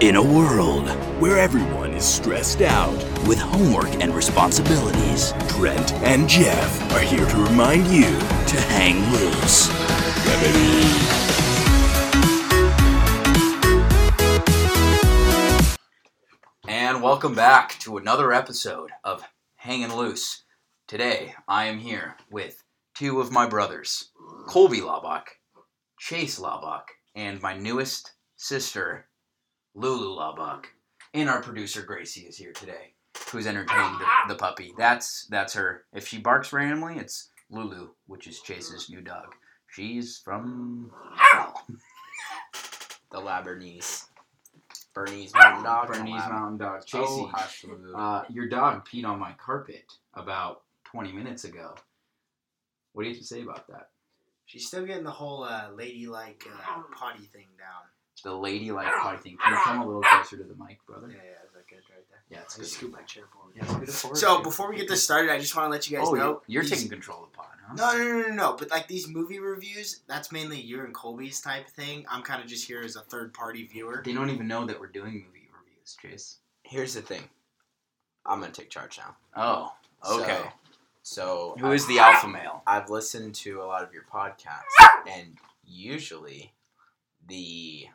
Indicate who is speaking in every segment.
Speaker 1: In a world where everyone is stressed out with homework and responsibilities, Trent and Jeff are here to remind you to hang loose. Yeah, baby.
Speaker 2: And welcome back to another episode of Hanging Loose. Today, I am here with two of my brothers, Colby Laubach, Chase Laubach, and my newest sister, Lulu Laubach. And our producer, Gracie, is here today, who's entertaining the, the puppy. That's, that's her. If she barks randomly, it's Lulu, which is Chase's new dog. She's from
Speaker 3: the Labernese. Bernese Mountain Dog.
Speaker 2: Oh, Bernese
Speaker 3: Lab-
Speaker 2: Mountain Dog. Chasey,
Speaker 3: Oh, hush, Lulu.
Speaker 2: Uh, your dog peed on my carpet about 20 minutes ago. What do you have to say about that?
Speaker 4: She's still getting the whole uh, ladylike uh, potty thing down.
Speaker 2: The ladylike part thing. Can you come a little closer to the mic,
Speaker 4: Yeah,
Speaker 2: brother?
Speaker 4: yeah, is that good right there?
Speaker 2: Yeah, it's
Speaker 4: I just
Speaker 2: good.
Speaker 4: scoot my chair forward.
Speaker 2: Yeah, scoot it forward,
Speaker 4: So
Speaker 2: dude.
Speaker 4: before we get this started, I just want to let you guys
Speaker 2: oh,
Speaker 4: know
Speaker 2: you're- you're
Speaker 4: these-
Speaker 2: taking control of the pod, huh?
Speaker 4: No, no, no, no, no. But like these movie reviews, that's mainly you and Colby's type of thing. I'm kind of just here as a third party viewer.
Speaker 2: They don't even know that we're doing movie reviews, Chase.
Speaker 3: Here's the thing. I'm gonna take charge now.
Speaker 2: Oh, okay.
Speaker 3: So, so
Speaker 2: Who is
Speaker 3: I-
Speaker 2: the alpha male?
Speaker 3: I've listened to a lot of your podcasts, and usually the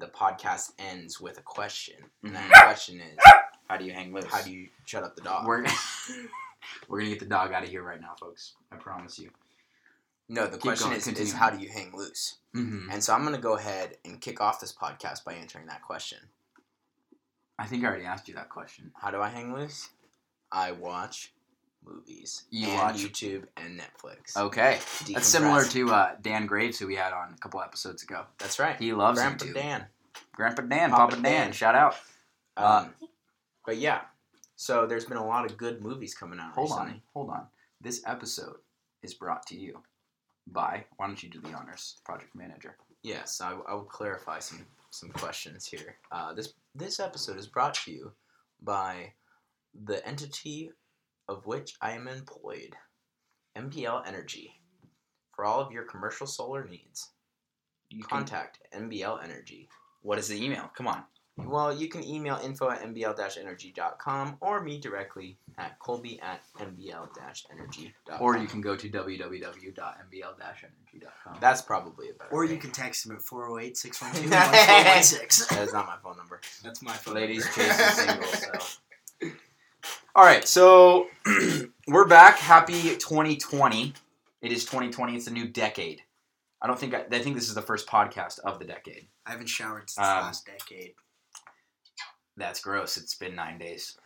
Speaker 3: the podcast ends with a question, and that question is,
Speaker 2: Mm-hmm. How do you hang loose?
Speaker 3: "How do you shut up the dog?"
Speaker 2: We're, we're going to get the dog out of here right now, folks. I promise you.
Speaker 3: no, the
Speaker 2: Keep
Speaker 3: question
Speaker 2: going,
Speaker 3: is,
Speaker 2: continue.
Speaker 3: is how do you hang loose?
Speaker 2: Mm-hmm.
Speaker 3: And so I'm gonna go ahead and kick off this podcast by answering that question.
Speaker 2: I think I already asked you that question.
Speaker 3: How do I hang loose? I watch movies.
Speaker 2: You
Speaker 3: and
Speaker 2: watch-
Speaker 3: YouTube and Netflix.
Speaker 2: Okay.
Speaker 3: Decompress.
Speaker 2: That's similar to uh, Dan Graves, who we had on a couple episodes ago.
Speaker 3: That's right.
Speaker 2: He loves
Speaker 3: Grandpa
Speaker 2: YouTube.
Speaker 3: Dan.
Speaker 2: Grandpa Dan,
Speaker 3: Papa
Speaker 2: Papa, Dan.
Speaker 3: Dan.
Speaker 2: shout out.
Speaker 3: Um,
Speaker 2: Uh,
Speaker 3: but yeah, so there's been a lot of good movies coming out.
Speaker 2: Hold
Speaker 3: recently.
Speaker 2: on, hold on. This episode is brought to you by, why don't you do the honors, project manager?
Speaker 3: Yes, I, I will clarify some some questions here. Uh, this this episode is brought to you by the entity of which I am employed, MBL Energy. For all of your commercial solar needs,
Speaker 2: You can-
Speaker 3: contact MBL Energy.
Speaker 2: what is the email? Come on.
Speaker 3: e-, Well, you can email info at mbl-energy.com or me directly at colby at mbl-energy.com.
Speaker 2: Or you can go to www.mbl-energy.com.
Speaker 3: That's probably a better
Speaker 4: Or
Speaker 3: way.
Speaker 4: you can text him at 408 612
Speaker 3: That is not my phone number.
Speaker 4: That's my phone.
Speaker 2: Ladies,
Speaker 4: number.
Speaker 2: Chase is single, so. All right, so we're back. Happy 2020. It is 2020. It's a new decade. I don't think I, I think this is the first podcast of the decade.
Speaker 4: I haven't showered since
Speaker 2: Um,
Speaker 4: last decade.
Speaker 2: That's gross. It's been nine days.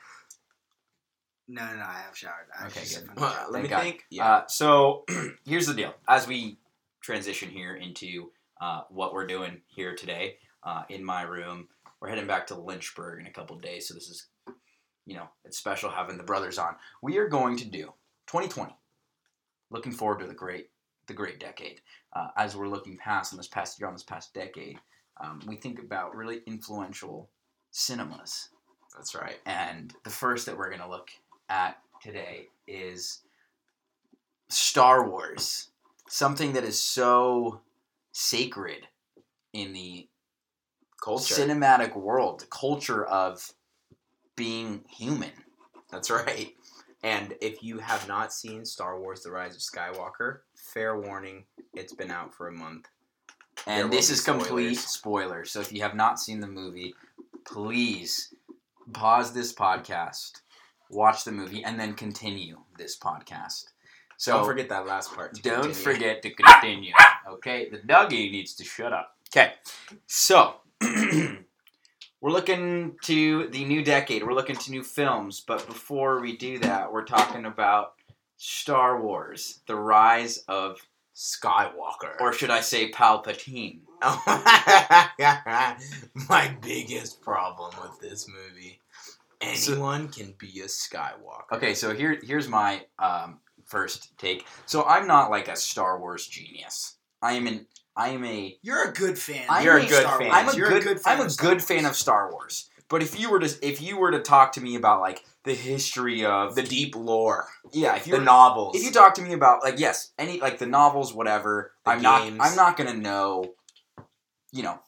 Speaker 4: No, no, no, I have showered. I
Speaker 2: Okay,
Speaker 4: just-
Speaker 2: good.
Speaker 4: I'm
Speaker 3: Well, let
Speaker 2: Thank
Speaker 3: me
Speaker 2: God.
Speaker 3: think.
Speaker 2: Uh, so here's the deal. As we transition here into uh, what we're doing here today uh, in my room, we're heading back to Lynchburg in a couple days. So this is, you know, it's special having the brothers on. We are going to do 2020. Looking forward to the great, the great decade. Uh, as we're looking past on this past year, on this past decade, um, we think about really influential cinemas
Speaker 3: That's right.
Speaker 2: and the first that we're going to look at today is Star Wars, something that is so sacred in the
Speaker 3: Culture.
Speaker 2: cinematic world, the culture of being human.
Speaker 3: That's right. And if you have not seen Star Wars The Rise of Skywalker, fair warning, it's been out for a month. There
Speaker 2: And
Speaker 3: will
Speaker 2: this
Speaker 3: be
Speaker 2: is complete
Speaker 3: spoilers.
Speaker 2: spoiler. So if you have not seen the movie, please pause this podcast, watch the movie, and then continue this podcast. So
Speaker 3: Don't forget that last part. to
Speaker 2: Don't
Speaker 3: continue.
Speaker 2: forget to continue. Okay, the doggy needs to shut up. Okay, so we're looking to the new decade. We're looking to new films, but before we do that, we're talking about Star Wars: The Rise of,
Speaker 3: Skywalker.
Speaker 2: or should I say, Palpatine?
Speaker 3: My biggest problem with this movie anyone can be a Skywalker.
Speaker 2: Okay, so here here's my um, first take. So I'm not like a Star Wars genius. I am an I am a
Speaker 4: You're a good fan.
Speaker 2: I'm
Speaker 3: You're a
Speaker 4: of
Speaker 3: good
Speaker 4: Star
Speaker 3: fan.
Speaker 4: Wars.
Speaker 2: I'm a
Speaker 4: You're
Speaker 2: good,
Speaker 4: fan
Speaker 2: I'm a
Speaker 4: of Star
Speaker 2: good
Speaker 4: Wars.
Speaker 2: fan of Star Wars. But if you were to if you were to talk to me about like the history of
Speaker 3: The deep lore,
Speaker 2: yeah, if you
Speaker 3: the
Speaker 2: were-
Speaker 3: novels.
Speaker 2: if you talk to me about like yes, any like the novels, whatever,
Speaker 3: The
Speaker 2: I'm
Speaker 3: games.
Speaker 2: not I'm not gonna know. You know,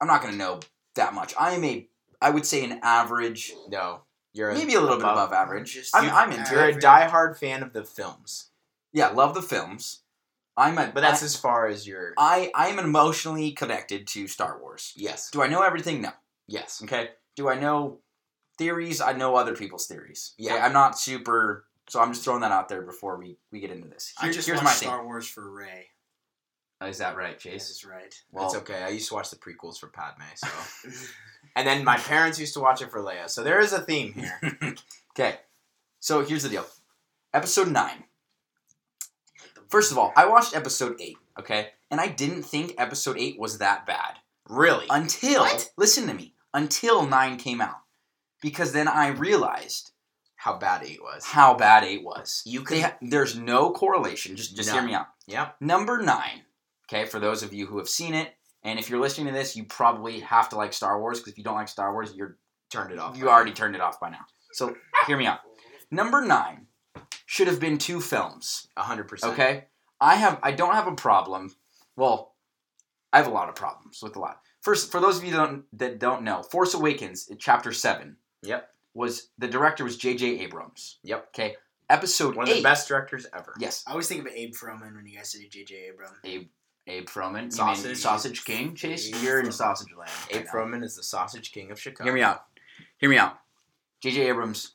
Speaker 2: I'm not gonna know that much. I am a, I would say, an average,
Speaker 3: No, you're
Speaker 2: maybe a little bit above average. I'm, I'm into
Speaker 3: You're
Speaker 2: it.
Speaker 3: a diehard fan of the films,
Speaker 2: Yeah, love the films. I'm a,
Speaker 3: but that's as far as your
Speaker 2: I, I am emotionally connected to Star Wars.
Speaker 3: yes,
Speaker 2: Do I know everything? No.
Speaker 3: yes.
Speaker 2: Okay. Do I know theories? I know other people's theories.
Speaker 3: Yeah.
Speaker 2: Okay, I'm not super. So I'm just throwing that out there before we, we get into this.
Speaker 4: I
Speaker 2: Here-
Speaker 4: just
Speaker 2: here's
Speaker 4: watched
Speaker 2: my thing.
Speaker 4: Star Wars for Ray.
Speaker 2: Is that right, Chase?
Speaker 4: This is right.
Speaker 2: Well,
Speaker 3: it's okay. I used to watch the prequels for Padme, so. and then my parents used to watch it for Leia, so there is a theme here.
Speaker 2: Okay. So here's the deal. Episode 9. First of all, I watched episode 8, okay? And I didn't think episode 8 was that bad.
Speaker 3: really?
Speaker 2: Until,
Speaker 3: What?
Speaker 2: listen to me, until 9 came out. Because then I realized
Speaker 3: How bad it was.
Speaker 2: how bad 8 was.
Speaker 3: You
Speaker 2: They
Speaker 3: could.
Speaker 2: ha- there's no correlation. Just, just hear
Speaker 3: No.
Speaker 2: me out.
Speaker 3: yep.
Speaker 2: Number 9, okay, for those of you who have seen it, and if you're listening to this, you probably have to like Star Wars, because if you don't like Star Wars, you're
Speaker 3: Turned it off.
Speaker 2: you already turned it off by now. So hear me out. Number nine should have been two films.
Speaker 3: hundred percent.
Speaker 2: Okay, I have I don't have a problem. Well, I have a lot of problems with a lot. First, for those of you that don't, that don't know, Force Awakens, in chapter seven,
Speaker 3: Yep.
Speaker 2: was the director was J.J. Abrams.
Speaker 3: Yep.
Speaker 2: Okay, episode
Speaker 3: One of
Speaker 2: eight.
Speaker 3: the best directors ever.
Speaker 2: Yes,
Speaker 4: I always think of Abe Froman when you guys say J.J. Abrams.
Speaker 2: Abe Abe Froman. You mean
Speaker 3: Sausage.
Speaker 2: sausage King, Chase.
Speaker 4: Abe
Speaker 2: You're in
Speaker 4: Froman.
Speaker 2: sausage land.
Speaker 3: Abe
Speaker 2: right now.
Speaker 3: Froman is the sausage king of Chicago.
Speaker 2: Hear me out. Hear me out. J.J. Abrams,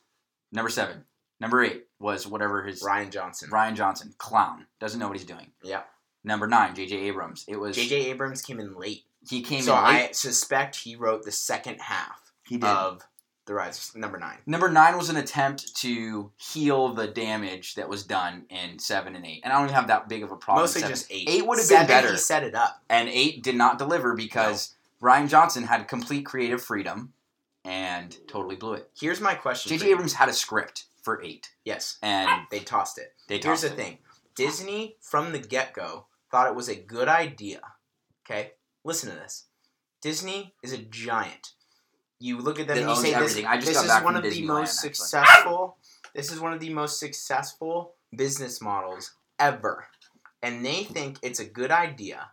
Speaker 2: number seven. Number eight was whatever his
Speaker 3: Ryan Johnson.
Speaker 2: Ryan Johnson, clown, doesn't know what he's doing.
Speaker 3: Yeah.
Speaker 2: Number nine, J.J. Abrams. It was
Speaker 3: J.J. Abrams came in late,
Speaker 2: he came
Speaker 3: so
Speaker 2: in late.
Speaker 3: I suspect he wrote the second half
Speaker 2: he did.
Speaker 3: of the Rise of Number Nine.
Speaker 2: Number nine was an attempt to heal the damage that was done in seven and eight, and I don't even have that big of a problem. with
Speaker 3: Mostly
Speaker 2: seven.
Speaker 3: just eight.
Speaker 2: Eight would have been
Speaker 3: Seven,
Speaker 2: better.
Speaker 3: He set it up.
Speaker 2: and eight did not deliver because Ryan Johnson had complete creative freedom and totally blew it.
Speaker 3: Here's my question. for
Speaker 2: J.J.
Speaker 3: you.
Speaker 2: Abrams had a script for eight,
Speaker 3: Yes,
Speaker 2: and
Speaker 3: they tossed it.
Speaker 2: they
Speaker 3: Here's
Speaker 2: tossed
Speaker 3: the
Speaker 2: it.
Speaker 3: thing Disney, from the get go, thought it was a good idea. Okay? Listen to this. Disney is a giant. You look at them
Speaker 2: That
Speaker 3: and you
Speaker 2: owns
Speaker 3: say, This,
Speaker 2: everything. I just
Speaker 3: this
Speaker 2: got
Speaker 3: is
Speaker 2: back
Speaker 3: one of
Speaker 2: from
Speaker 3: the
Speaker 2: Disneyland,
Speaker 3: most
Speaker 2: actually.
Speaker 3: successful. This is one of the most successful business models ever. And they think it's a good idea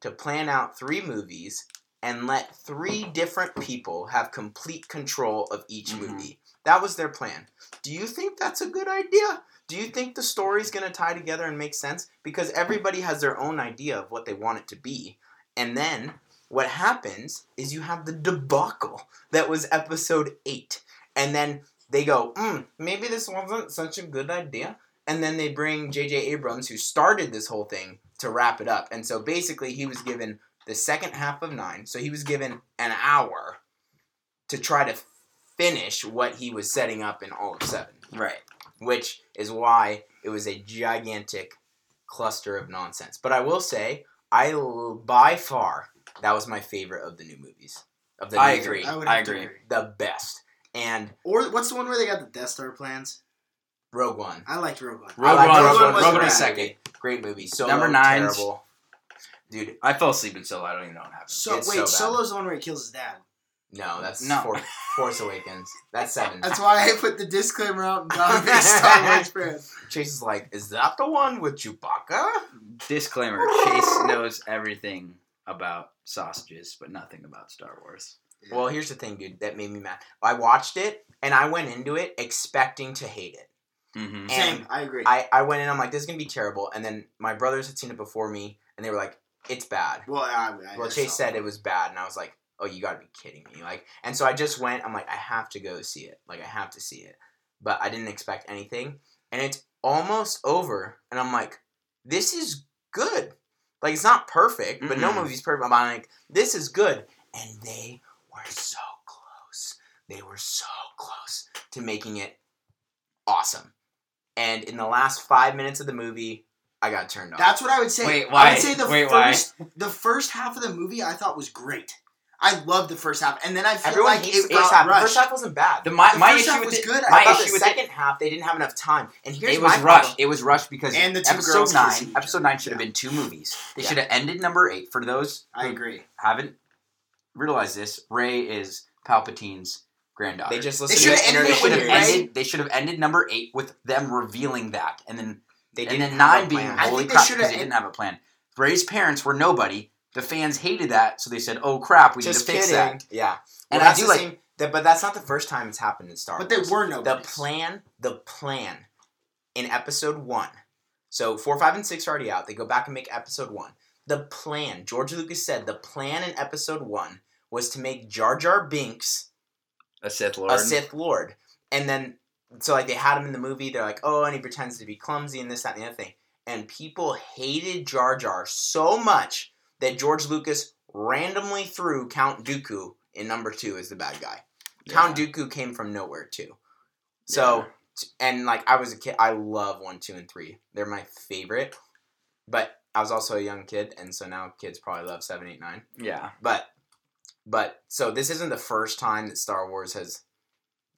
Speaker 3: to plan out three movies and let three different people have complete control of each
Speaker 2: Mhm.
Speaker 3: movie. That was their plan. Do you think that's a good idea? Do you think the story's going to tie together and make sense? Because everybody has their own idea of what they want it to be. And then what happens is you have the debacle that was episode 8. And then they go, mm, maybe this wasn't such a good idea. And then they bring J.J. Abrams, who started this whole thing, to wrap it up. And so basically, he was given the second half of nine. So he was given an hour to try to finish what he was setting up in all of seven,
Speaker 2: Right.
Speaker 3: which is why it was a gigantic cluster of nonsense. But I will say, I l- by far that was my favorite of the new movies. Of the
Speaker 2: I
Speaker 3: new
Speaker 2: agree.
Speaker 3: three.
Speaker 4: I would
Speaker 2: I
Speaker 4: have to
Speaker 2: agree.
Speaker 3: the best. And
Speaker 4: Or what's the one where they got the Death Star plans?
Speaker 3: Rogue One.
Speaker 4: I liked Rogue One.
Speaker 2: Rogue
Speaker 3: I liked
Speaker 2: One-
Speaker 4: Rogue One was
Speaker 3: a
Speaker 4: great.
Speaker 2: second.
Speaker 3: Great movie. So
Speaker 2: Number
Speaker 3: Number
Speaker 2: nine's-
Speaker 3: nine. Terrible. Dude,
Speaker 2: I fell asleep in Solo. I don't even know what happened.
Speaker 4: So
Speaker 3: It's
Speaker 4: wait,
Speaker 3: so bad.
Speaker 4: Solo's the one where he kills his dad.
Speaker 3: no, that's
Speaker 2: No.
Speaker 3: Force, Force Awakens. That's seven.
Speaker 4: That's why I put the disclaimer out. and not be a Star Wars fan.
Speaker 3: Chase is like, is that the one with Chewbacca?
Speaker 2: Disclaimer: Chase knows everything about sausages, but nothing about Star Wars.
Speaker 3: Well, here's the thing, dude, that made me mad. I watched it and I went into it expecting to hate it.
Speaker 2: Mm-hmm.
Speaker 4: Same, I agree.
Speaker 3: I, I went in, I'm like, this is gonna be terrible. And then my brothers had seen it before me and they were like, it's bad.
Speaker 4: well, I, I
Speaker 3: Well,
Speaker 4: I
Speaker 3: Chase
Speaker 4: saw
Speaker 3: said it was bad, and I was like, "Oh, you gotta be kidding me!" Like, and so I just went. I'm like, I have to go see it. Like, I have to see it. But I didn't expect anything, and it's almost over, and I'm like, this is good. Like, it's not perfect, but no
Speaker 2: Mm-mm.
Speaker 3: movie's perfect. But I'm like, this is good, and they were so close. They were so close to making it awesome. And in the last five minutes of the movie, I got turned off.
Speaker 4: That's what I would say.
Speaker 2: Wait,
Speaker 4: I
Speaker 2: why?
Speaker 4: would say the
Speaker 2: Wait, why?
Speaker 4: first the first half of the movie I thought was great. I loved the first half, and then I feel
Speaker 3: Everyone
Speaker 4: like
Speaker 3: hates
Speaker 4: it
Speaker 3: the first
Speaker 4: got
Speaker 3: half. The
Speaker 4: rushed.
Speaker 3: first half wasn't bad.
Speaker 2: The my,
Speaker 4: The
Speaker 2: my
Speaker 4: first
Speaker 2: issue
Speaker 4: half
Speaker 2: with
Speaker 4: was
Speaker 2: it,
Speaker 4: good. I
Speaker 2: my
Speaker 3: I
Speaker 4: thought
Speaker 3: thought
Speaker 2: issue
Speaker 3: the
Speaker 2: with
Speaker 3: second half they didn't have enough time. And here's
Speaker 2: it, it was
Speaker 3: my
Speaker 2: rushed.
Speaker 3: problem.
Speaker 2: It was rushed because
Speaker 4: And the two
Speaker 2: episode
Speaker 4: girls
Speaker 2: nine,
Speaker 4: kissing each
Speaker 2: episode
Speaker 4: other.
Speaker 2: nine should have
Speaker 4: Yeah.
Speaker 2: been two movies. They
Speaker 3: Yeah.
Speaker 2: should have ended number eight. For those
Speaker 4: I
Speaker 2: who
Speaker 4: agree.
Speaker 2: haven't realized this, Ray is Palpatine's granddaughter.
Speaker 3: They just
Speaker 4: They
Speaker 3: listened
Speaker 4: should
Speaker 3: to
Speaker 4: have
Speaker 3: the
Speaker 2: They
Speaker 4: ended
Speaker 3: internet.
Speaker 4: it with
Speaker 2: should have
Speaker 4: Ray.
Speaker 2: ended. They should have ended number eight with them revealing that, and then
Speaker 3: They
Speaker 2: and
Speaker 3: didn't
Speaker 2: then
Speaker 3: have a
Speaker 2: nine being
Speaker 3: plan.
Speaker 4: I
Speaker 2: holy
Speaker 4: think they
Speaker 2: crap
Speaker 4: should
Speaker 2: because
Speaker 4: have-
Speaker 2: they didn't have a plan. Ray's parents were nobody. The fans hated that, so they said, "Oh crap, we
Speaker 3: Just
Speaker 2: need to fix
Speaker 3: kidding.
Speaker 2: that."
Speaker 3: Yeah.
Speaker 2: And
Speaker 3: Well,
Speaker 2: I
Speaker 3: that's
Speaker 2: do
Speaker 3: the
Speaker 2: like
Speaker 3: same, that, but that's not the first time it's happened in Star
Speaker 4: But
Speaker 3: Wars.
Speaker 4: there were no
Speaker 3: the
Speaker 4: winners.
Speaker 3: plan the plan in episode one so four five and six are already out they go back and make episode one the plan george lucas said the plan in episode one was to make jar jar binks
Speaker 2: a Sith Lord.
Speaker 3: a sith lord and then so like they had him in the movie they're like oh and he pretends to be clumsy and this that and the other thing and people hated jar jar so much that george lucas randomly threw count dooku in number two as the bad guy
Speaker 2: Yeah.
Speaker 3: Count Dooku came from nowhere too.
Speaker 2: Yeah.
Speaker 3: So and like I was a kid, I love one, two, and three. They're my favorite. But I was also a young kid, and so now kids probably love seven, eight, nine.
Speaker 2: yeah,
Speaker 3: But but so this isn't the first time that Star Wars has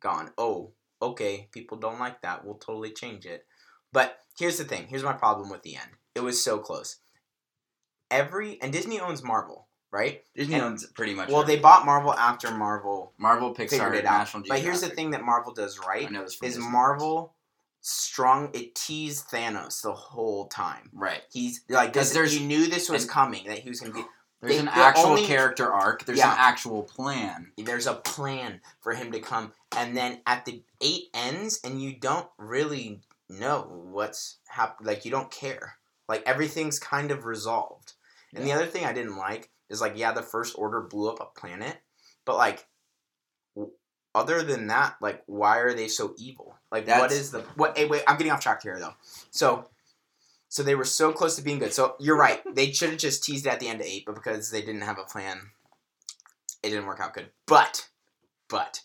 Speaker 3: gone. Oh, okay, people don't like that. We'll totally change it. But here's the thing. Here's my problem with the end. It was so close. Every and Disney owns Marvel, right?
Speaker 2: Disney
Speaker 3: And-
Speaker 2: owns pretty much.
Speaker 3: Well, they bought Marvel after Marvel
Speaker 2: Marvel,
Speaker 3: figured
Speaker 2: Pixar,
Speaker 3: it
Speaker 2: and
Speaker 3: out.
Speaker 2: National Geographic.
Speaker 3: But here's the thing that Marvel does
Speaker 2: I
Speaker 3: right
Speaker 2: know this from
Speaker 3: is
Speaker 2: Disney.
Speaker 3: Marvel strong. It teased Thanos the whole time.
Speaker 2: right?
Speaker 3: He's like,
Speaker 2: 'Cause
Speaker 3: does
Speaker 2: there's-
Speaker 3: you knew this was
Speaker 2: and-
Speaker 3: coming that he was gonna be.
Speaker 2: There's
Speaker 3: They-
Speaker 2: an
Speaker 3: the
Speaker 2: actual
Speaker 3: only-
Speaker 2: character arc. There's
Speaker 3: Yeah.
Speaker 2: an actual plan.
Speaker 3: There's a plan for him to come, and then at the eight ends, and you don't really know what's happened. Like you don't care. Like everything's kind of resolved. And the other thing I didn't like is like, yeah, the First Order blew up a planet, but like, w- other than that, like, why are they so evil? Like, what
Speaker 2: That's-
Speaker 3: is the what? Hey, wait, I'm getting off track here though. So, so they were so close to being good. So you're right. They should have just teased it at the end of eight, but because they didn't have a plan, it didn't work out good. But, but,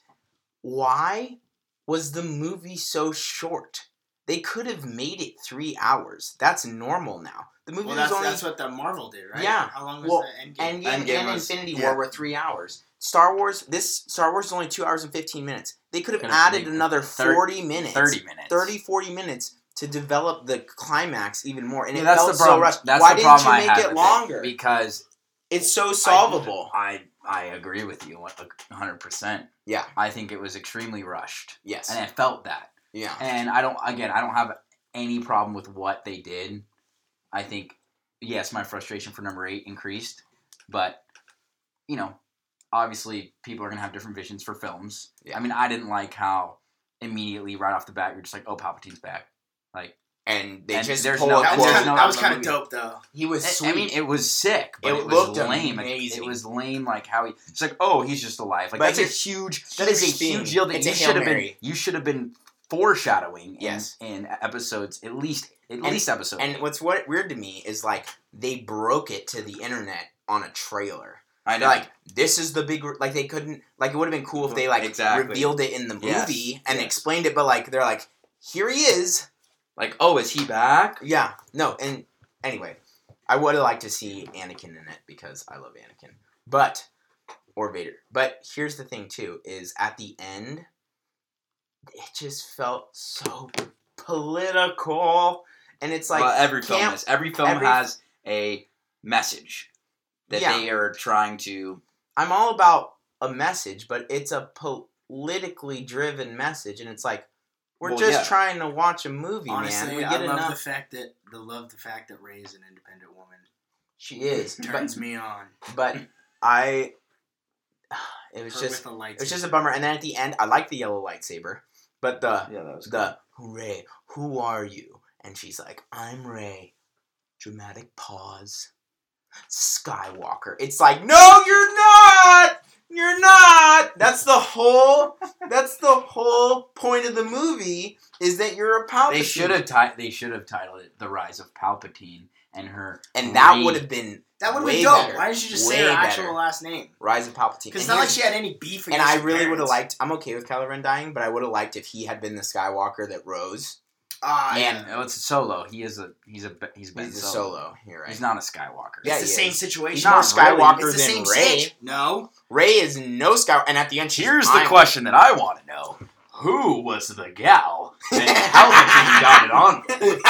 Speaker 3: why was the movie so short? They could have made it three hours. That's normal now. The movie
Speaker 4: Well,
Speaker 3: was
Speaker 4: that's,
Speaker 3: only
Speaker 4: that's what the Marvel did, right?
Speaker 3: Yeah.
Speaker 4: How long was
Speaker 3: Well,
Speaker 4: the end game?
Speaker 3: Endgame, and,
Speaker 2: Endgame was-
Speaker 3: Infinity
Speaker 4: yeah.
Speaker 3: War were three hours. Star Wars, this Star Wars is only two hours and 15 minutes. They could have
Speaker 2: Could've
Speaker 3: added
Speaker 2: made
Speaker 3: another
Speaker 2: thir-
Speaker 3: 40 minutes.
Speaker 2: Thirty minutes.
Speaker 3: 30, 40 minutes to develop the climax even more. And
Speaker 2: Yeah,
Speaker 3: it
Speaker 2: that's
Speaker 3: felt
Speaker 2: the problem.
Speaker 3: so rushed.
Speaker 2: That's
Speaker 3: Why
Speaker 2: the
Speaker 3: didn't
Speaker 2: problem
Speaker 3: you
Speaker 2: I
Speaker 3: make
Speaker 2: had
Speaker 3: it
Speaker 2: with
Speaker 3: longer?
Speaker 2: because
Speaker 3: it's so solvable.
Speaker 2: I I agree with you 100. percent
Speaker 3: Yeah.
Speaker 2: I think it was extremely rushed,
Speaker 3: yes.
Speaker 2: and I felt that.
Speaker 3: yeah.
Speaker 2: And I don't again, I don't have any problem with what they did. I think yes, my frustration for number 8 increased, but you know, obviously people are going to have different visions for films.
Speaker 3: Yeah.
Speaker 2: I mean, I didn't like how immediately right off the bat you're just like, "Oh, Palpatine's back." Like
Speaker 3: And they
Speaker 2: And
Speaker 3: just
Speaker 2: there's
Speaker 3: pull
Speaker 2: no-
Speaker 3: a
Speaker 4: that
Speaker 2: Well,
Speaker 4: was
Speaker 3: quote.
Speaker 2: there's
Speaker 4: kind
Speaker 2: no-
Speaker 4: of, that was
Speaker 2: no
Speaker 4: kind of
Speaker 2: movie.
Speaker 4: dope, though.
Speaker 3: he was
Speaker 2: I-
Speaker 3: sweet.
Speaker 2: I mean, it was sick, but
Speaker 3: Eh, It
Speaker 2: it, was
Speaker 3: looked
Speaker 2: lame. Like,
Speaker 3: amazing.
Speaker 2: It was lame, like how he. It's like, oh, he's just alive. Like
Speaker 3: But
Speaker 2: that's a
Speaker 3: here's-
Speaker 2: huge. That
Speaker 3: here's
Speaker 2: is a
Speaker 3: the thing.
Speaker 2: huge deal that
Speaker 3: It's a
Speaker 2: you
Speaker 3: Hail
Speaker 2: should have been.
Speaker 3: Mary.
Speaker 2: You should have been foreshadowing. In,
Speaker 3: Yes.
Speaker 2: in episodes, at least at least episode.
Speaker 3: and what's what weird to me is like they broke it to the internet on a trailer.
Speaker 2: I
Speaker 3: And they're like, this is the big, re-" like they couldn't, like it would have been cool if they like
Speaker 2: Exactly.
Speaker 3: revealed it in the movie
Speaker 2: Yes.
Speaker 3: and
Speaker 2: Yes.
Speaker 3: explained it, but like they're like, here he is.
Speaker 2: like, oh, is he back?
Speaker 3: Yeah, no, and anyway, I would have liked to see Anakin in it because I love Anakin, but or Vader. But here's the thing too: is at the end, it just felt so political, and it's like
Speaker 2: well, every film
Speaker 3: camp-
Speaker 2: is. Every film
Speaker 3: every-
Speaker 2: has a message that
Speaker 3: Yeah.
Speaker 2: they are trying to.
Speaker 3: I'm all about a message, but it's a politically driven message, and it's like we're
Speaker 2: Well,
Speaker 3: just
Speaker 2: yeah.
Speaker 3: trying to watch a movie, man.
Speaker 4: Honestly,
Speaker 3: We
Speaker 4: I
Speaker 3: get
Speaker 4: love the
Speaker 3: enough.
Speaker 4: fact that the love the fact that Ray is an independent woman
Speaker 3: she is, but,
Speaker 4: turns me on.
Speaker 3: but I. It
Speaker 4: Her
Speaker 3: was just
Speaker 4: with the lights.
Speaker 3: it was just a bummer. And then at the end, I like the yellow lightsaber, but the
Speaker 2: Yeah, that was
Speaker 3: the hooray, who are you? And she's like, I'm Ray. Dramatic pause. Skywalker. It's like, no, you're not. You're not. That's the whole. That's the whole point of the movie is that you're a Palpatine.
Speaker 2: They should have. Ti- they should have titled it "The Rise of Palpatine" and her.
Speaker 3: And that
Speaker 2: re-
Speaker 3: would have been
Speaker 4: that would have
Speaker 3: way
Speaker 4: been dope.
Speaker 3: better.
Speaker 4: Why didn't you just
Speaker 3: Way
Speaker 4: say her actual
Speaker 3: better.
Speaker 4: last name?
Speaker 3: Rise of Palpatine.
Speaker 4: Because
Speaker 3: And
Speaker 4: it's not like
Speaker 3: here's-
Speaker 4: she had any beef.
Speaker 3: and
Speaker 4: against
Speaker 3: I
Speaker 4: her
Speaker 3: really would have
Speaker 4: parents.
Speaker 3: liked. I'm okay with Kylo Ren dying, but I would have liked if he had been the Skywalker that rose.
Speaker 4: Ah,
Speaker 3: Man,
Speaker 4: yeah.
Speaker 2: Oh, it's Solo. He is a. He's a. He's Ben
Speaker 3: He's a
Speaker 2: Solo.
Speaker 3: solo. You're right.
Speaker 2: He's not a Skywalker.
Speaker 3: Yeah,
Speaker 4: it's the
Speaker 3: he
Speaker 4: same
Speaker 3: is.
Speaker 4: situation.
Speaker 3: He's not
Speaker 4: It's the
Speaker 3: Skywalker
Speaker 4: same
Speaker 3: than Rey.
Speaker 4: sitch. No,
Speaker 3: Ray is no Skywalker, and at the end, she's
Speaker 2: Here's
Speaker 3: I'm-
Speaker 2: the question that I want to know: Who was the gal that Palpatine got it on? with?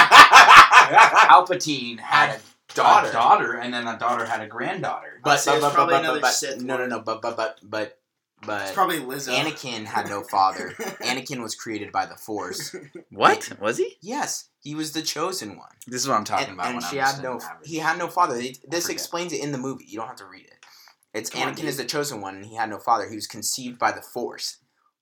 Speaker 2: Palpatine had a daughter,
Speaker 3: Daughter.
Speaker 2: daughter, and then that daughter had a granddaughter.
Speaker 3: but,
Speaker 4: say
Speaker 3: but,
Speaker 4: it's
Speaker 3: but,
Speaker 4: probably
Speaker 3: but, but,
Speaker 4: another
Speaker 3: but,
Speaker 4: Sith
Speaker 3: no, no,
Speaker 4: Lord.
Speaker 3: no, but, but, but, but
Speaker 4: It's
Speaker 3: But
Speaker 4: probably Lizzo.
Speaker 3: Anakin had no father. Anakin was created by the Force.
Speaker 2: What was he?
Speaker 3: Yes, he was the chosen one.
Speaker 2: This is what I'm talking
Speaker 3: and,
Speaker 2: about.
Speaker 3: and
Speaker 2: when
Speaker 3: she
Speaker 2: I'm
Speaker 3: had
Speaker 2: just
Speaker 3: no.
Speaker 2: an average.
Speaker 3: He had no father. They, this
Speaker 2: forget.
Speaker 3: explains it in the movie. You don't have to read it. It's
Speaker 4: Come on,
Speaker 3: Anakin
Speaker 4: dude.
Speaker 3: is the chosen one, and he had no father. He was conceived by the Force.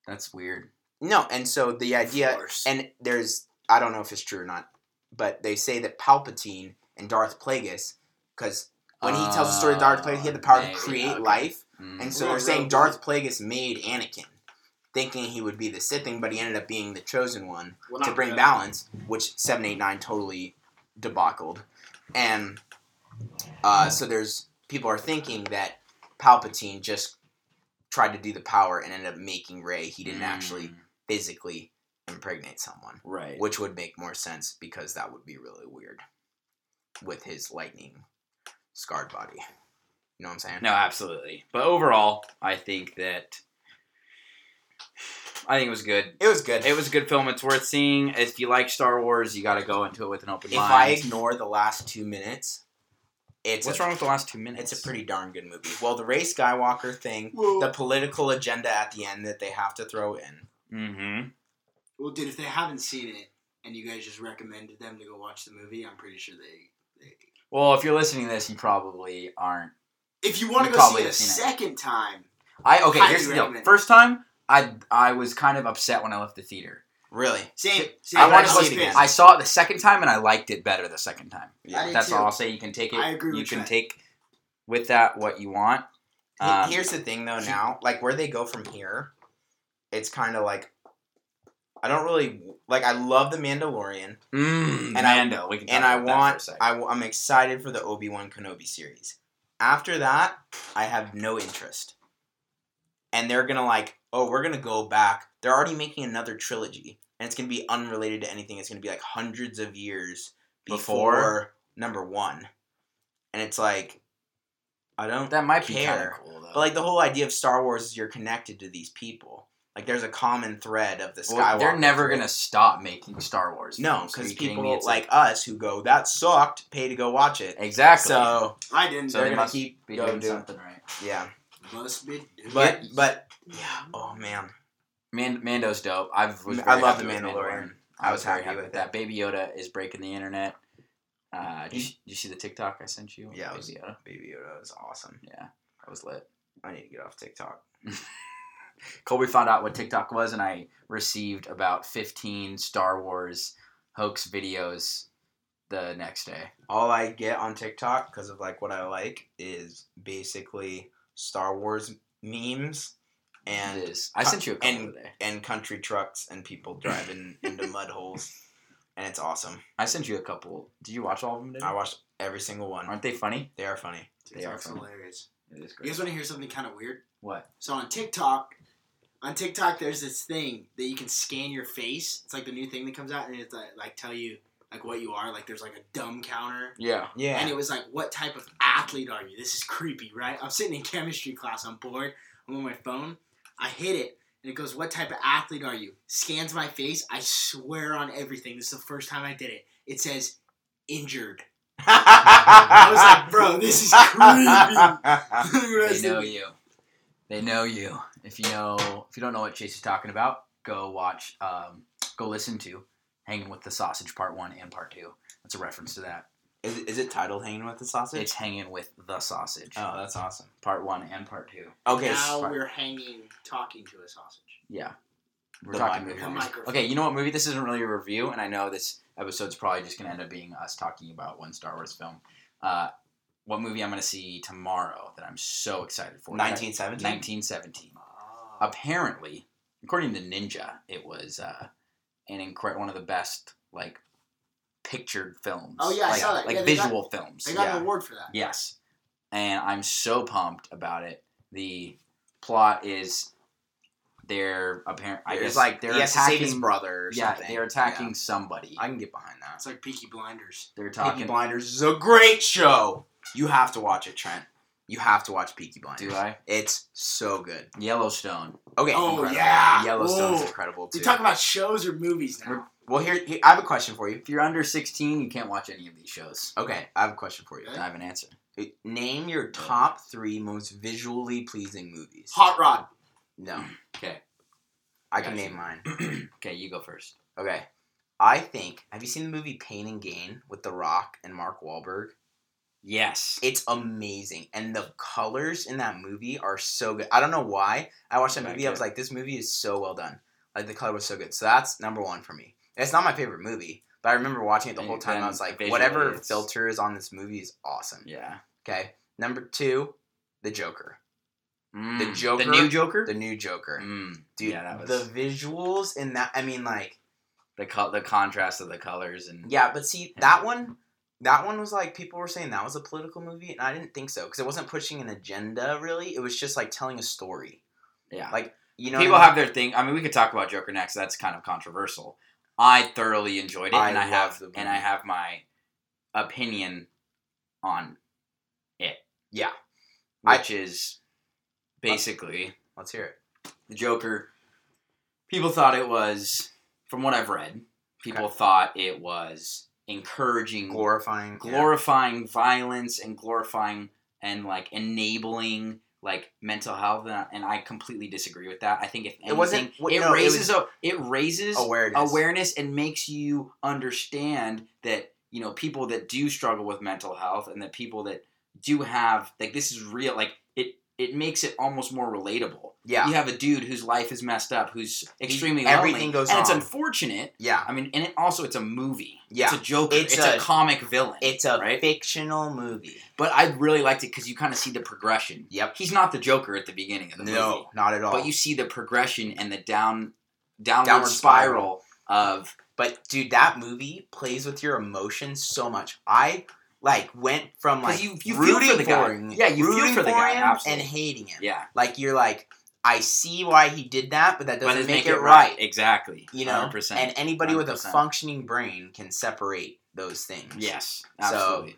Speaker 2: That's weird.
Speaker 3: No, and so the idea,
Speaker 4: Force.
Speaker 3: and there's, I don't know if it's true or not, but they say that Palpatine and Darth Plagueis, because when he tells the story of Darth Plagueis, he had the power
Speaker 2: Uh,
Speaker 3: to create
Speaker 2: okay.
Speaker 3: life,
Speaker 2: Mm.
Speaker 3: and so
Speaker 4: Right,
Speaker 3: they're saying
Speaker 4: right.
Speaker 3: Darth Plagueis made Anakin, thinking he would be the Sith thing, but he ended up being the chosen one
Speaker 4: Well,
Speaker 3: to
Speaker 4: not
Speaker 3: bring
Speaker 4: really.
Speaker 3: balance, which seven eight nine totally debacled, and uh, so there's people are thinking that Palpatine just tried to do the power and ended up making Ray. He didn't actually
Speaker 2: Mm.
Speaker 3: physically impregnate someone,
Speaker 2: Right.
Speaker 3: which would make more sense because that would be really weird with his lightning scarred body. You know what I'm saying?
Speaker 2: No, absolutely. But overall, I think that I think it was good.
Speaker 3: It was good.
Speaker 2: It was a good film. It's worth seeing. If you like Star Wars, you got to go into it with an open
Speaker 3: If
Speaker 2: mind.
Speaker 3: I ignore the last two minutes, it's
Speaker 2: What's
Speaker 3: a,
Speaker 2: wrong with the last two minutes?
Speaker 3: It's a pretty darn good movie. Well, the Ray Skywalker thing,
Speaker 4: Well,
Speaker 3: the political agenda at the end that they have to throw in.
Speaker 2: Mm-hmm.
Speaker 4: well, dude, if they haven't seen it and you guys just recommended them to go watch the movie, I'm pretty sure they. they
Speaker 2: Well, if you're listening to this, you probably aren't.
Speaker 4: if you want
Speaker 2: You
Speaker 4: to go
Speaker 2: probably
Speaker 4: see it a
Speaker 2: have seen it.
Speaker 4: second time,
Speaker 2: I okay.
Speaker 4: Highly
Speaker 2: here's the deal.
Speaker 4: recommend it.
Speaker 2: First time, I I was kind of upset when I left the theater.
Speaker 3: Really?
Speaker 4: same. same
Speaker 2: I
Speaker 3: I
Speaker 2: wanted to
Speaker 3: see
Speaker 2: go
Speaker 3: it
Speaker 2: see
Speaker 3: again.
Speaker 2: I saw it the second time and I liked it better the second time.
Speaker 4: Yeah. I did
Speaker 2: That's
Speaker 4: too.
Speaker 2: all I'll say. You can take it.
Speaker 4: I agree
Speaker 2: You
Speaker 4: with
Speaker 2: can
Speaker 4: that.
Speaker 2: take with that what you want.
Speaker 3: He-
Speaker 2: Um,
Speaker 3: Here's the thing, though. Now, like where they go from here, it's kind of like I don't really like. I love the Mandalorian,
Speaker 2: mm,
Speaker 3: and I-
Speaker 2: Mando. we can talk
Speaker 3: and I
Speaker 2: about that for a
Speaker 3: want.
Speaker 2: second.
Speaker 3: I, am excited for the Obi Wan Kenobi series. After that, I have no interest. And they're gonna like, oh, we're gonna go back. They're already making another trilogy, and it's gonna be unrelated to anything. It's gonna be like hundreds of years
Speaker 2: Before?
Speaker 3: before, number one, and it's like, I don't.
Speaker 2: That might be kind of
Speaker 3: care.
Speaker 2: cool though.
Speaker 3: But like the whole idea of Star Wars is you're connected to these people. Like there's a common thread of the Skywalker.
Speaker 2: Well, they're never
Speaker 3: thread.
Speaker 2: gonna stop making Star Wars.
Speaker 3: No,
Speaker 2: films. Are
Speaker 3: because
Speaker 2: you kidding
Speaker 3: people
Speaker 2: me? It's
Speaker 3: like us who go that sucked pay to go watch it.
Speaker 2: exactly.
Speaker 3: So
Speaker 4: I didn't.
Speaker 2: So
Speaker 3: they're
Speaker 2: they
Speaker 3: gonna
Speaker 2: must
Speaker 3: keep
Speaker 2: be
Speaker 3: going
Speaker 2: doing
Speaker 3: doing.
Speaker 2: something right.
Speaker 3: Yeah,
Speaker 4: must be.
Speaker 3: but
Speaker 2: Yeah.
Speaker 3: but yeah. Oh man,
Speaker 2: Man- Mando's dope. I've was
Speaker 3: I
Speaker 2: very
Speaker 3: love
Speaker 2: happy
Speaker 3: The
Speaker 2: with I
Speaker 3: Mandalorian.
Speaker 2: was
Speaker 3: I was
Speaker 2: very
Speaker 3: happy
Speaker 2: happy
Speaker 3: with
Speaker 2: with that. Baby Yoda is breaking the internet. Uh, did, you, did you see the TikTok I sent you? of
Speaker 3: Yeah, it was-
Speaker 2: Baby Yoda.
Speaker 3: Baby Yoda is awesome.
Speaker 2: Yeah, that was lit.
Speaker 3: I need to get off TikTok.
Speaker 2: Colby found out what TikTok was, and I received about 15 Star Wars hoax videos the next day.
Speaker 3: All I get on TikTok because of like what I like is basically Star Wars memes and
Speaker 2: It is. I sent you a couple
Speaker 3: and-
Speaker 2: today.
Speaker 3: and country trucks and people driving into mud holes, and it's awesome.
Speaker 2: I sent you a couple. Did you watch all of them? Today?
Speaker 3: I watched every single one.
Speaker 2: Aren't they funny?
Speaker 3: They are funny.
Speaker 2: They are
Speaker 4: TikTok's
Speaker 2: funny.
Speaker 4: hilarious.
Speaker 2: It is
Speaker 4: You guys want to hear something kind of weird?
Speaker 2: What?
Speaker 4: So on TikTok, on TikTok, there's this thing that you can scan your face. It's like the new thing that comes out, and it's like, like tell you like what you are. Like there's like a dumb counter,
Speaker 2: Yeah.
Speaker 3: Yeah.
Speaker 4: and it was like, what type of athlete are you? This is creepy, right? I'm sitting in chemistry class. I'm bored. I'm on my phone. I hit it, and it goes, what type of athlete are you? Scans my face. I swear on everything. This is the first time I did it. It says injured.
Speaker 3: I
Speaker 4: I was like, bro, this is creepy.
Speaker 2: They know you. They know you. If you know, if you don't know what Chase is talking about, go watch. Um, go listen to "Hanging with the Sausage" Part One and Part Two. That's a reference to that.
Speaker 3: Is, it- is it titled "Hanging with the Sausage"?
Speaker 2: It's "Hanging with the Sausage"
Speaker 3: oh, that's awesome.
Speaker 2: Part One and Part Two.
Speaker 3: Okay.
Speaker 4: now
Speaker 3: s-
Speaker 4: we're hanging, talking to a sausage.
Speaker 2: Yeah. We're
Speaker 3: The
Speaker 2: talking
Speaker 3: mic-
Speaker 2: movie
Speaker 4: The
Speaker 2: reviews.
Speaker 4: microphone.
Speaker 2: Okay, you know what movie? This isn't really a review, and I know this episode's probably just going to end up being us talking about one Star Wars film. Uh, what movie I'm going to see tomorrow that I'm so excited for?
Speaker 3: 1917.
Speaker 2: 1917.
Speaker 4: Ah.
Speaker 2: Apparently, according to Ninja, it was uh, an incre- one of the best like pictured films.
Speaker 4: Oh, yeah, I
Speaker 2: like,
Speaker 4: saw that.
Speaker 2: Like
Speaker 4: Yeah, they got-
Speaker 2: visual films.
Speaker 4: They got
Speaker 2: yeah.
Speaker 4: an award for that.
Speaker 2: Yes. And I'm so pumped about it. The plot is they're apparent. I guess
Speaker 3: There's-
Speaker 2: like they're
Speaker 3: he has to save
Speaker 2: attacking.
Speaker 3: his brother. Or
Speaker 2: yeah,
Speaker 3: something.
Speaker 2: they're attacking somebody.
Speaker 3: Yeah. I can get behind that.
Speaker 4: It's like Peaky Blinders.
Speaker 2: they're
Speaker 3: Peaky
Speaker 2: talking.
Speaker 3: Blinders is a great show. You have to watch it, Trent. You have to watch Peaky Blinders.
Speaker 2: Do I?
Speaker 3: It's so good.
Speaker 2: Yellowstone.
Speaker 3: Okay.
Speaker 4: Oh,
Speaker 3: incredible.
Speaker 4: yeah.
Speaker 3: Yellowstone's
Speaker 4: Whoa.
Speaker 3: incredible too.
Speaker 4: You talk about shows or movies now.
Speaker 3: well, here, here I have a question for you.
Speaker 2: If you're under 16, you can't watch any of these shows.
Speaker 3: Okay, I have a question for you.
Speaker 2: I have an answer.
Speaker 3: Name your top three most visually pleasing movies.
Speaker 4: Hot Rod.
Speaker 3: No.
Speaker 2: Okay.
Speaker 3: I can
Speaker 2: Gotcha.
Speaker 3: name mine.
Speaker 2: okay, you go first.
Speaker 3: Okay. I think. Have you seen the movie Pain and Gain with The Rock and Mark Wahlberg?
Speaker 2: Yes.
Speaker 3: It's amazing, and the colors in that movie are so good. I don't know why I watched that
Speaker 2: Right,
Speaker 3: movie. I was
Speaker 2: good.
Speaker 3: like, this movie is so well done. Like the color was so good. So that's number one for me. It's not my favorite movie, but I remember watching it the
Speaker 2: And
Speaker 3: whole time.
Speaker 2: then
Speaker 3: I was like,
Speaker 2: visually
Speaker 3: whatever
Speaker 2: it's-
Speaker 3: filter is on this movie is awesome.
Speaker 2: yeah.
Speaker 3: Okay. Number two, the Joker,
Speaker 2: Mm.
Speaker 3: Joker-
Speaker 2: The new Joker.
Speaker 3: the new Joker.
Speaker 2: Mm.
Speaker 3: Dude,
Speaker 2: yeah, that was
Speaker 3: the visuals in that. I mean, like.
Speaker 2: the co- the contrast of the colors and
Speaker 3: Yeah, but see that one, that one was like people were saying that was a political movie, and I didn't think so because it wasn't pushing an agenda really. It was just like telling a story.
Speaker 2: yeah.
Speaker 3: Like you know,
Speaker 2: People
Speaker 3: what I
Speaker 2: have their thing. I mean, we could talk about Joker next. That's kind of controversial. I thoroughly enjoyed it,
Speaker 3: I
Speaker 2: and I
Speaker 3: love
Speaker 2: have
Speaker 3: the movie.
Speaker 2: and I have my opinion on it.
Speaker 3: Yeah. I-
Speaker 2: which is basically
Speaker 3: mean? Let's hear it.
Speaker 2: the Joker. People thought it was, from what I've read, people thought it was encouraging
Speaker 3: Glorifying,
Speaker 2: glorifying violence and glorifying and like enabling like mental health and I, and I completely disagree with that. I think if anything,
Speaker 3: It
Speaker 2: it,
Speaker 3: wasn't- what- no, it
Speaker 2: raises a, it raises
Speaker 3: yeah, awareness.
Speaker 2: awareness. and makes you understand that you know people that do struggle with mental health and that people that do have like this is real like it it makes it almost more relatable.
Speaker 3: Yeah,
Speaker 2: You have a dude whose life is messed up, who's extremely
Speaker 3: everything
Speaker 2: lonely,
Speaker 3: goes
Speaker 2: and it's
Speaker 3: wrong.
Speaker 2: unfortunate.
Speaker 3: yeah.
Speaker 2: I mean, and it also it's a movie.
Speaker 3: Yeah.
Speaker 2: it's a Joker.
Speaker 3: It's
Speaker 2: It's,
Speaker 3: a-
Speaker 2: a, comic villain.
Speaker 3: It's a
Speaker 2: right.
Speaker 3: fictional movie.
Speaker 2: But I really liked it because you kind of see the progression.
Speaker 3: Yep.
Speaker 2: He's not the Joker at the beginning of the movie,
Speaker 3: No, not at all.
Speaker 2: but you see the progression and the down downward,
Speaker 3: Downward
Speaker 2: spiral, of
Speaker 3: But dude, that movie plays with your emotions so much. I like went from
Speaker 2: because
Speaker 3: like
Speaker 2: you you
Speaker 3: rooting
Speaker 2: feel for the guy.
Speaker 3: him,
Speaker 2: yeah, you
Speaker 3: rooting
Speaker 2: feel for the guy.
Speaker 3: him, and
Speaker 2: absolutely.
Speaker 3: hating him.
Speaker 2: yeah,
Speaker 3: Like you're like, I see why he did that, but that
Speaker 2: but
Speaker 3: doesn't
Speaker 2: it's
Speaker 3: make, it right.
Speaker 2: Exactly.
Speaker 3: You know,
Speaker 2: 100%.
Speaker 3: And anybody with a
Speaker 2: 100%.
Speaker 3: functioning brain can separate those things.
Speaker 2: yes,
Speaker 3: So-
Speaker 2: absolutely.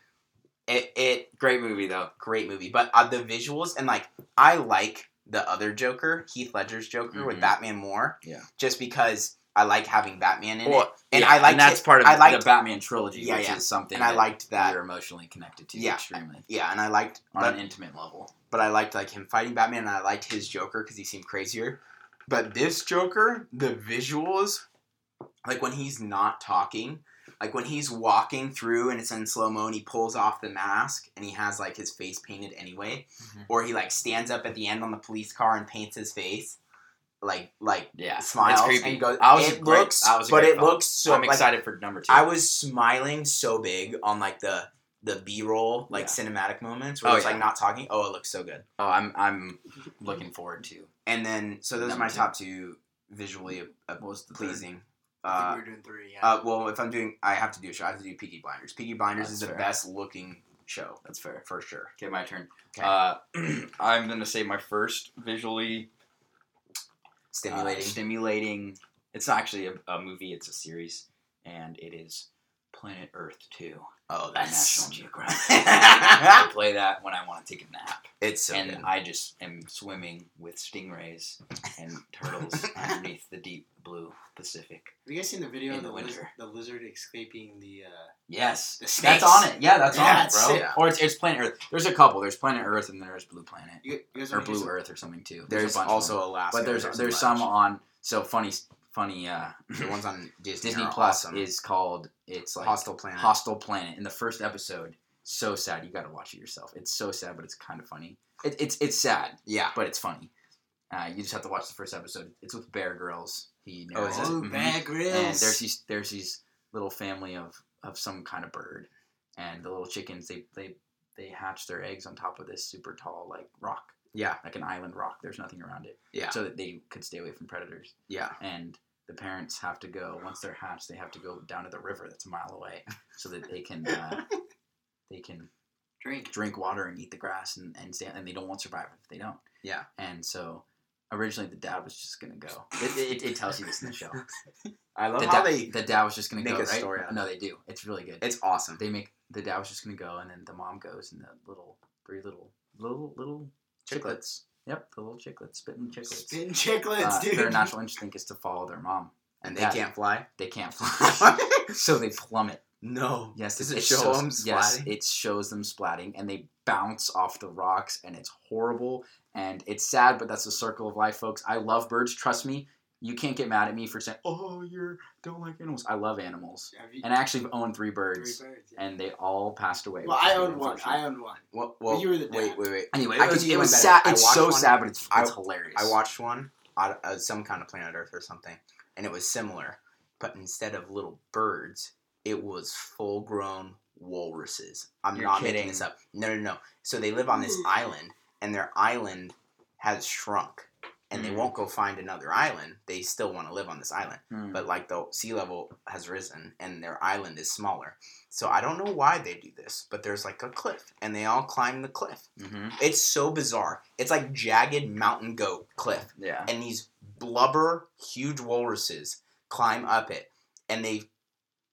Speaker 3: It, it
Speaker 2: Great movie though.
Speaker 3: great movie, but uh, the visuals and like I like the other Joker, Heath Ledger's Joker with
Speaker 2: Mhm.
Speaker 3: Batman more.
Speaker 2: Yeah.
Speaker 3: Just because I like having Batman in it, and
Speaker 2: yeah,
Speaker 3: I liked
Speaker 2: and that's
Speaker 3: it-
Speaker 2: part of
Speaker 3: I liked-
Speaker 2: the Batman trilogy,
Speaker 3: Yeah,
Speaker 2: which
Speaker 3: yeah.
Speaker 2: is something
Speaker 3: and I
Speaker 2: that
Speaker 3: liked that.
Speaker 2: you're emotionally connected to
Speaker 3: Yeah.
Speaker 2: extremely
Speaker 3: Yeah, and I liked,
Speaker 2: on
Speaker 3: but,
Speaker 2: an intimate level.
Speaker 3: but I liked like him fighting Batman, and I liked his Joker because he seemed crazier. But this Joker, the visuals, like when he's not talking, like when he's walking through and it's in slow mo, and he pulls off the mask and he has like his face painted anyway,
Speaker 2: Mhm.
Speaker 3: or he like stands up at the end on the police car and paints his face, like like
Speaker 2: Yeah, it's
Speaker 3: smiles
Speaker 2: creepy.
Speaker 3: and goes.
Speaker 2: I was
Speaker 3: it
Speaker 2: a great-
Speaker 3: looks,
Speaker 2: I was a
Speaker 3: but
Speaker 2: great
Speaker 3: it
Speaker 2: film.
Speaker 3: looks so.
Speaker 2: I'm
Speaker 3: like,
Speaker 2: excited for number two.
Speaker 3: I was smiling so big on like the the B roll like
Speaker 2: Yeah.
Speaker 3: cinematic moments where
Speaker 2: Oh,
Speaker 3: it's like
Speaker 2: yeah.
Speaker 3: not talking. Oh, it looks so good.
Speaker 2: Oh, I'm I'm looking forward to.
Speaker 3: And then so those
Speaker 2: Number
Speaker 3: are my
Speaker 2: two.
Speaker 3: top two visually uh,
Speaker 2: What was the third?
Speaker 3: pleasing.
Speaker 4: I
Speaker 3: Uh,
Speaker 4: think we were doing three. Yeah.
Speaker 3: uh, well, if I'm doing, I have to do a show. I have to do Peaky Blinders. Peaky Blinders
Speaker 2: That's
Speaker 3: is the
Speaker 2: fair.
Speaker 3: best looking show
Speaker 2: That's fair.
Speaker 3: for sure.
Speaker 2: Okay, my turn.
Speaker 3: Okay,
Speaker 2: Uh, I'm gonna say my first visually uh,
Speaker 3: stimulating.
Speaker 2: stimulating. It's not actually a, a movie. It's a series, and it is Planet Earth Two.
Speaker 3: oh,
Speaker 2: by
Speaker 3: that's
Speaker 2: National Geographic. I play that when I want to take a nap,
Speaker 3: it's so
Speaker 2: and
Speaker 3: good.
Speaker 2: I just am swimming with stingrays and turtles underneath the deep blue Pacific.
Speaker 4: Have you guys seen the video
Speaker 2: in
Speaker 4: of
Speaker 2: the
Speaker 4: the, liz-
Speaker 2: winter.
Speaker 4: the lizard escaping the? Uh,
Speaker 2: Yes,
Speaker 4: The snakes.
Speaker 2: that's on it. Yeah, that's
Speaker 4: Yeah,
Speaker 2: on it,
Speaker 4: that's
Speaker 2: bro.
Speaker 3: it.
Speaker 2: Or it's, it's Planet Earth. There's a couple. There's Planet Earth, and there's Blue Planet.
Speaker 4: you, you guys
Speaker 2: or
Speaker 4: wanna hear
Speaker 2: Blue
Speaker 4: some-
Speaker 2: Earth or something too.
Speaker 3: there's
Speaker 2: a bunch of
Speaker 3: also
Speaker 2: them.
Speaker 3: Alaska,
Speaker 2: but there's
Speaker 3: a
Speaker 2: there's
Speaker 3: bunch.
Speaker 2: some on. So funny, funny. Uh,
Speaker 3: the ones on Disney,
Speaker 2: Disney
Speaker 3: are
Speaker 2: Plus
Speaker 3: awesome.
Speaker 2: is called. It's like Hostile
Speaker 3: Hostile Planet.
Speaker 2: Planet. In the first episode, so sad. You got to watch it yourself. It's so sad, but it's kind of funny. It, it's it's sad,
Speaker 3: yeah,
Speaker 2: but it's funny. Uh, you just have to watch the first episode. It's with Bear Grylls. He
Speaker 3: Oh,
Speaker 2: narrates
Speaker 3: is it?
Speaker 4: Ooh,
Speaker 2: Mhm.
Speaker 4: Bear
Speaker 2: And
Speaker 4: Grylls.
Speaker 2: there's these there's these little family of of some kind of bird, and the little chickens they they they hatch their eggs on top of this super tall like rock
Speaker 3: yeah,
Speaker 2: like an island rock. There's nothing around it.
Speaker 3: Yeah.
Speaker 2: So that they could stay away from predators.
Speaker 3: yeah.
Speaker 2: And the parents have to go once they're hatched. They have to go down to the river that's a mile away, so that they can uh, they can
Speaker 4: drink.
Speaker 2: drink water and eat the grass and and stay, and they don't want survival if they don't.
Speaker 3: Yeah.
Speaker 2: And so. Originally, the dad was just gonna go. It, it, it tells you this in the show.
Speaker 3: I love
Speaker 2: The
Speaker 3: how
Speaker 2: dad,
Speaker 3: they.
Speaker 2: the dad was just gonna
Speaker 3: make
Speaker 2: go.
Speaker 3: a
Speaker 2: right?
Speaker 3: story out of
Speaker 2: no, they do. It's really good.
Speaker 3: It's awesome.
Speaker 2: they make the dad was just gonna go, and then the mom goes, and the little three little little little chicklets. Yep, the little chicklets spitting chicklets.
Speaker 4: Spin chicklets,
Speaker 2: Uh,
Speaker 4: dude.
Speaker 2: Their natural instinct is to follow their mom.
Speaker 3: and they
Speaker 2: Yeah.
Speaker 3: can't fly.
Speaker 2: They can't fly, so they plummet.
Speaker 3: no.
Speaker 2: Yes,
Speaker 3: Does
Speaker 2: it,
Speaker 3: it
Speaker 2: it
Speaker 3: show
Speaker 2: shows,
Speaker 3: 'em
Speaker 2: Yes,
Speaker 3: splatting?
Speaker 2: it shows them splatting, and they bounce off the rocks, and it's horrible. And it's sad, but that's the circle of life, folks. I love birds. Trust me, you can't get mad at me for saying, "Oh, you don't like animals." I love animals,
Speaker 4: Have you-
Speaker 2: and I actually own three
Speaker 4: three
Speaker 2: birds,
Speaker 4: birds. yeah.
Speaker 2: and they all passed away.
Speaker 4: Well,
Speaker 2: which is
Speaker 4: I
Speaker 2: really
Speaker 4: owned one.
Speaker 2: unfortunate.
Speaker 4: I owned one.
Speaker 3: Well, well
Speaker 4: you were the
Speaker 3: wait,
Speaker 4: dad.
Speaker 3: wait, wait.
Speaker 2: Anyway,
Speaker 3: I
Speaker 2: it
Speaker 3: could
Speaker 2: was,
Speaker 3: do
Speaker 2: it
Speaker 3: one
Speaker 2: was
Speaker 3: better.
Speaker 2: sad.
Speaker 3: I
Speaker 2: It's
Speaker 3: watched
Speaker 2: so
Speaker 3: one-
Speaker 2: sad, but it's,
Speaker 3: I-
Speaker 2: it's hilarious.
Speaker 3: I watched one on uh, some kind of planet Earth or something, and it was similar, but instead of little birds, it was full-grown walruses. I'm
Speaker 2: You're
Speaker 3: not
Speaker 2: kidding.
Speaker 3: making this up. No, no, no. So they live on this island, and their island has shrunk, and they
Speaker 2: Mm.
Speaker 3: won't go find another island. They still want to live on this island
Speaker 2: Hmm.
Speaker 3: but like the sea level has risen and their island is smaller. So I don't know why they do this, but there's like a cliff and they all climb the cliff.
Speaker 2: Mhm.
Speaker 3: It's so bizarre. It's like jagged mountain goat cliff
Speaker 2: yeah,
Speaker 3: and these blubber huge walruses climb up it and they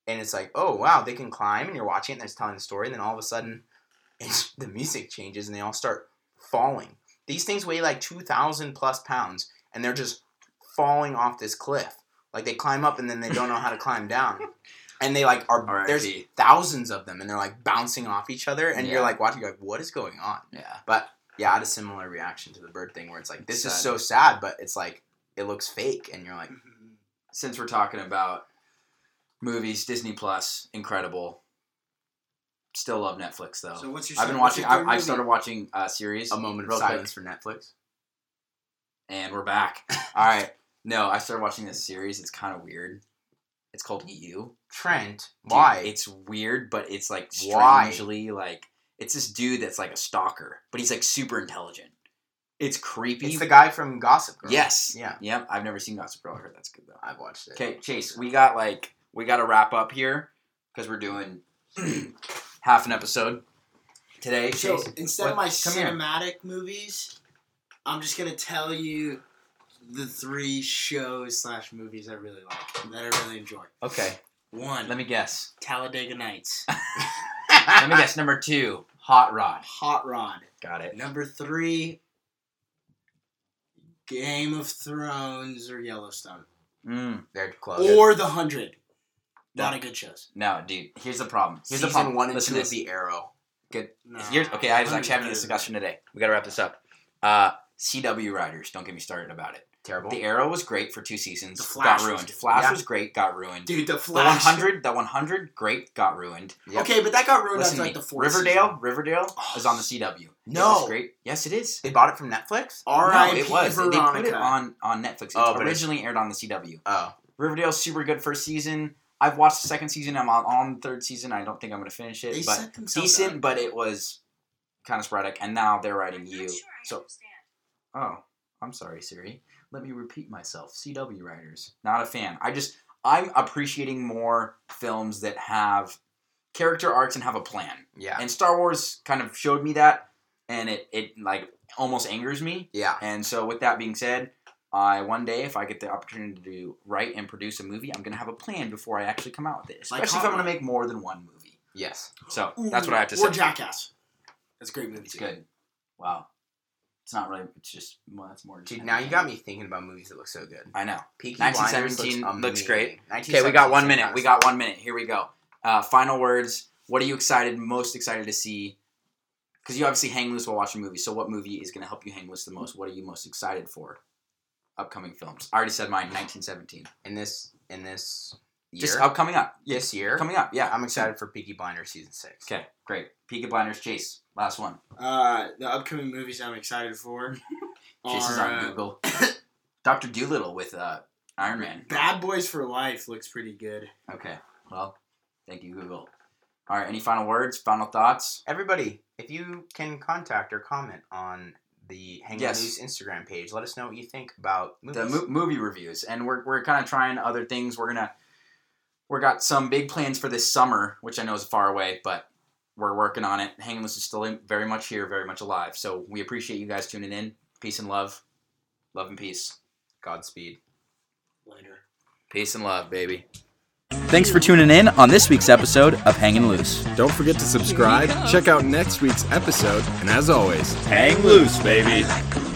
Speaker 3: and it's like, "Oh wow, they can climb." And you're watching it and it's telling the story and then all of a sudden it's, the music changes and they all start falling. These things weigh like 2000 plus pounds and they're just falling off this cliff. Like they climb up and then they don't know how to climb down. And they like are
Speaker 2: R.I.P.
Speaker 3: there's thousands of them and they're like bouncing off each other and
Speaker 2: Yeah.
Speaker 3: you're like watching you're like what is going on?
Speaker 2: yeah.
Speaker 3: But yeah, I had a similar reaction to the bird thing where it's like, this is
Speaker 2: Sad.
Speaker 3: so sad, but it's like, it looks fake. And you're like,
Speaker 2: Since we're talking about movies, Disney Plus, incredible. Still love Netflix though.
Speaker 4: So what's your?
Speaker 2: Oh. I've been
Speaker 4: what's
Speaker 2: watching.
Speaker 4: your
Speaker 2: I,
Speaker 4: third
Speaker 2: I've
Speaker 4: movie?
Speaker 2: started watching uh, series.
Speaker 3: a moment of
Speaker 2: Real quick.
Speaker 3: silence for Netflix.
Speaker 2: and we're back. All right. No, I started watching this series. It's kind of weird. It's called EU. Dude,
Speaker 3: Trent, why?
Speaker 2: It's weird, but it's like
Speaker 3: Why?
Speaker 2: strangely like it's this dude that's like a stalker, but he's like super intelligent. It's creepy.
Speaker 3: It's the guy from Gossip Girl.
Speaker 2: yes.
Speaker 3: Yeah.
Speaker 2: Yep. I've never seen Gossip Girl. I heard that's good though.
Speaker 3: I've watched it.
Speaker 2: Okay, Chase, we got like we got to wrap up here because we're doing half an episode today.
Speaker 4: So
Speaker 2: Chase,
Speaker 4: instead of
Speaker 2: what-
Speaker 4: my
Speaker 2: come here.
Speaker 4: cinematic movies, I'm just gonna tell you the three shows slash movies I really like that I really enjoy.
Speaker 2: Okay,
Speaker 4: One,
Speaker 2: let me guess.
Speaker 4: Talladega Nights,
Speaker 2: Let me guess. Number two, Hot Rod.
Speaker 4: Hot Rod.
Speaker 2: Got it.
Speaker 4: Number three, Game of Thrones or Yellowstone
Speaker 2: Mm.
Speaker 3: They're close.
Speaker 4: or The Hundred. Not a good shows.
Speaker 2: No, dude. Here's the problem. Here's
Speaker 3: Season
Speaker 2: the problem.
Speaker 3: one and
Speaker 2: Listen
Speaker 3: two
Speaker 2: to
Speaker 3: would
Speaker 2: this.
Speaker 3: be Arrow.
Speaker 4: No,
Speaker 2: Here's, okay, I was
Speaker 4: Hundred's
Speaker 2: actually having this
Speaker 4: better than
Speaker 2: discussion today. We got to wrap this up. Uh, CW writers, don't get me started about it.
Speaker 3: Terrible.
Speaker 2: The Arrow was great for two seasons.
Speaker 4: The Flash
Speaker 2: got
Speaker 4: was
Speaker 2: ruined.
Speaker 4: good.
Speaker 2: Flash
Speaker 3: Yeah.
Speaker 2: was great. Got ruined.
Speaker 4: that. Dude, The
Speaker 2: the
Speaker 4: Flash.
Speaker 2: 100, the 100, great. Got ruined.
Speaker 3: Yep.
Speaker 4: Okay, but that got ruined
Speaker 2: Listen
Speaker 4: after
Speaker 2: to
Speaker 4: like
Speaker 2: me.
Speaker 4: the fourth.
Speaker 2: Riverdale,
Speaker 4: season. Oh,
Speaker 2: Riverdale is on the CW.
Speaker 3: No.
Speaker 2: it's great. Yes, it is.
Speaker 3: They bought it from Netflix?
Speaker 2: no,
Speaker 4: R.I.P.
Speaker 2: it was. They- They put it
Speaker 4: Veronica.
Speaker 2: on on Netflix. It
Speaker 3: Oh, but it's-
Speaker 2: originally aired on the CW.
Speaker 3: Oh.
Speaker 2: Riverdale, super good first season. I've watched the second season. I'm on, on the third season. I don't think I'm gonna finish it,
Speaker 4: They
Speaker 2: but
Speaker 4: set themselves
Speaker 2: decent.
Speaker 4: up.
Speaker 2: But it was kind of sporadic. And now they're writing you. So, oh, I'm sorry, Siri. Let me repeat myself. CW writers, not a fan. I just I'm appreciating more films that have character arcs and have a plan.
Speaker 3: Yeah.
Speaker 2: And Star Wars kind of showed me that, and it, it like almost angers me.
Speaker 3: yeah.
Speaker 2: And so, with that being said, I one day, if I get the opportunity to write and produce a movie, I'm gonna have a plan before I actually come out with it.
Speaker 4: Like
Speaker 2: Especially if
Speaker 4: Hot
Speaker 2: I'm gonna
Speaker 4: Rod.
Speaker 2: make more than one movie.
Speaker 3: Yes.
Speaker 2: So that's what I have to
Speaker 4: or
Speaker 2: say.
Speaker 4: Jackass. That's a great movie.
Speaker 2: It's
Speaker 4: too.
Speaker 2: good. Wow. It's not really. It's just well, that's more.
Speaker 3: Dude, now you got me thinking about movies that look so good.
Speaker 2: I know.
Speaker 3: Peaky
Speaker 2: 1917
Speaker 3: Blinders
Speaker 2: looks great.
Speaker 3: amazing.
Speaker 2: Okay, we got
Speaker 3: 1917
Speaker 2: one minute.
Speaker 3: sounds
Speaker 2: We got one minute. Here we go. Uh, final words. What are you excited, most excited to see? Because you obviously hang loose while watching movies. So, what movie is going to help you hang loose the most? What are you most excited for? Upcoming films. I already said mine. 1917.
Speaker 3: in this in this year.
Speaker 2: Just upcoming up.
Speaker 3: this year.
Speaker 2: Coming up. Yeah.
Speaker 3: I'm excited for Peaky Blinders season six.
Speaker 2: Okay. Great. Peaky Blinders. Chase. Last one.
Speaker 4: Uh, the upcoming movies I'm excited for.
Speaker 2: Chase is
Speaker 4: are,
Speaker 2: on
Speaker 4: uh,
Speaker 2: Google. Doctor Doolittle with uh, Iron Man.
Speaker 4: Bad Boys for Life looks pretty good.
Speaker 2: Okay. Well, thank you, Google. All right. Any final words? Final thoughts?
Speaker 3: Everybody, if you can contact or comment on the Hanging
Speaker 2: Yes.
Speaker 3: Loose Instagram page, let us know what you think about movies.
Speaker 2: the mo- movie reviews, and we're we're kind of trying other things. We're gonna we got some big plans for this summer, which I know is far away, but we're working on it. Hanging Loose is still in, very much here, very much alive. So we appreciate you guys tuning in. Peace and love, love and peace,
Speaker 3: Godspeed.
Speaker 4: Later.
Speaker 2: peace and love, baby. Thanks for tuning in on this week's episode of Hanging Loose.
Speaker 5: Don't forget to subscribe, check out next week's episode, and as always,
Speaker 1: Hang loose, baby.
Speaker 6: Like 'em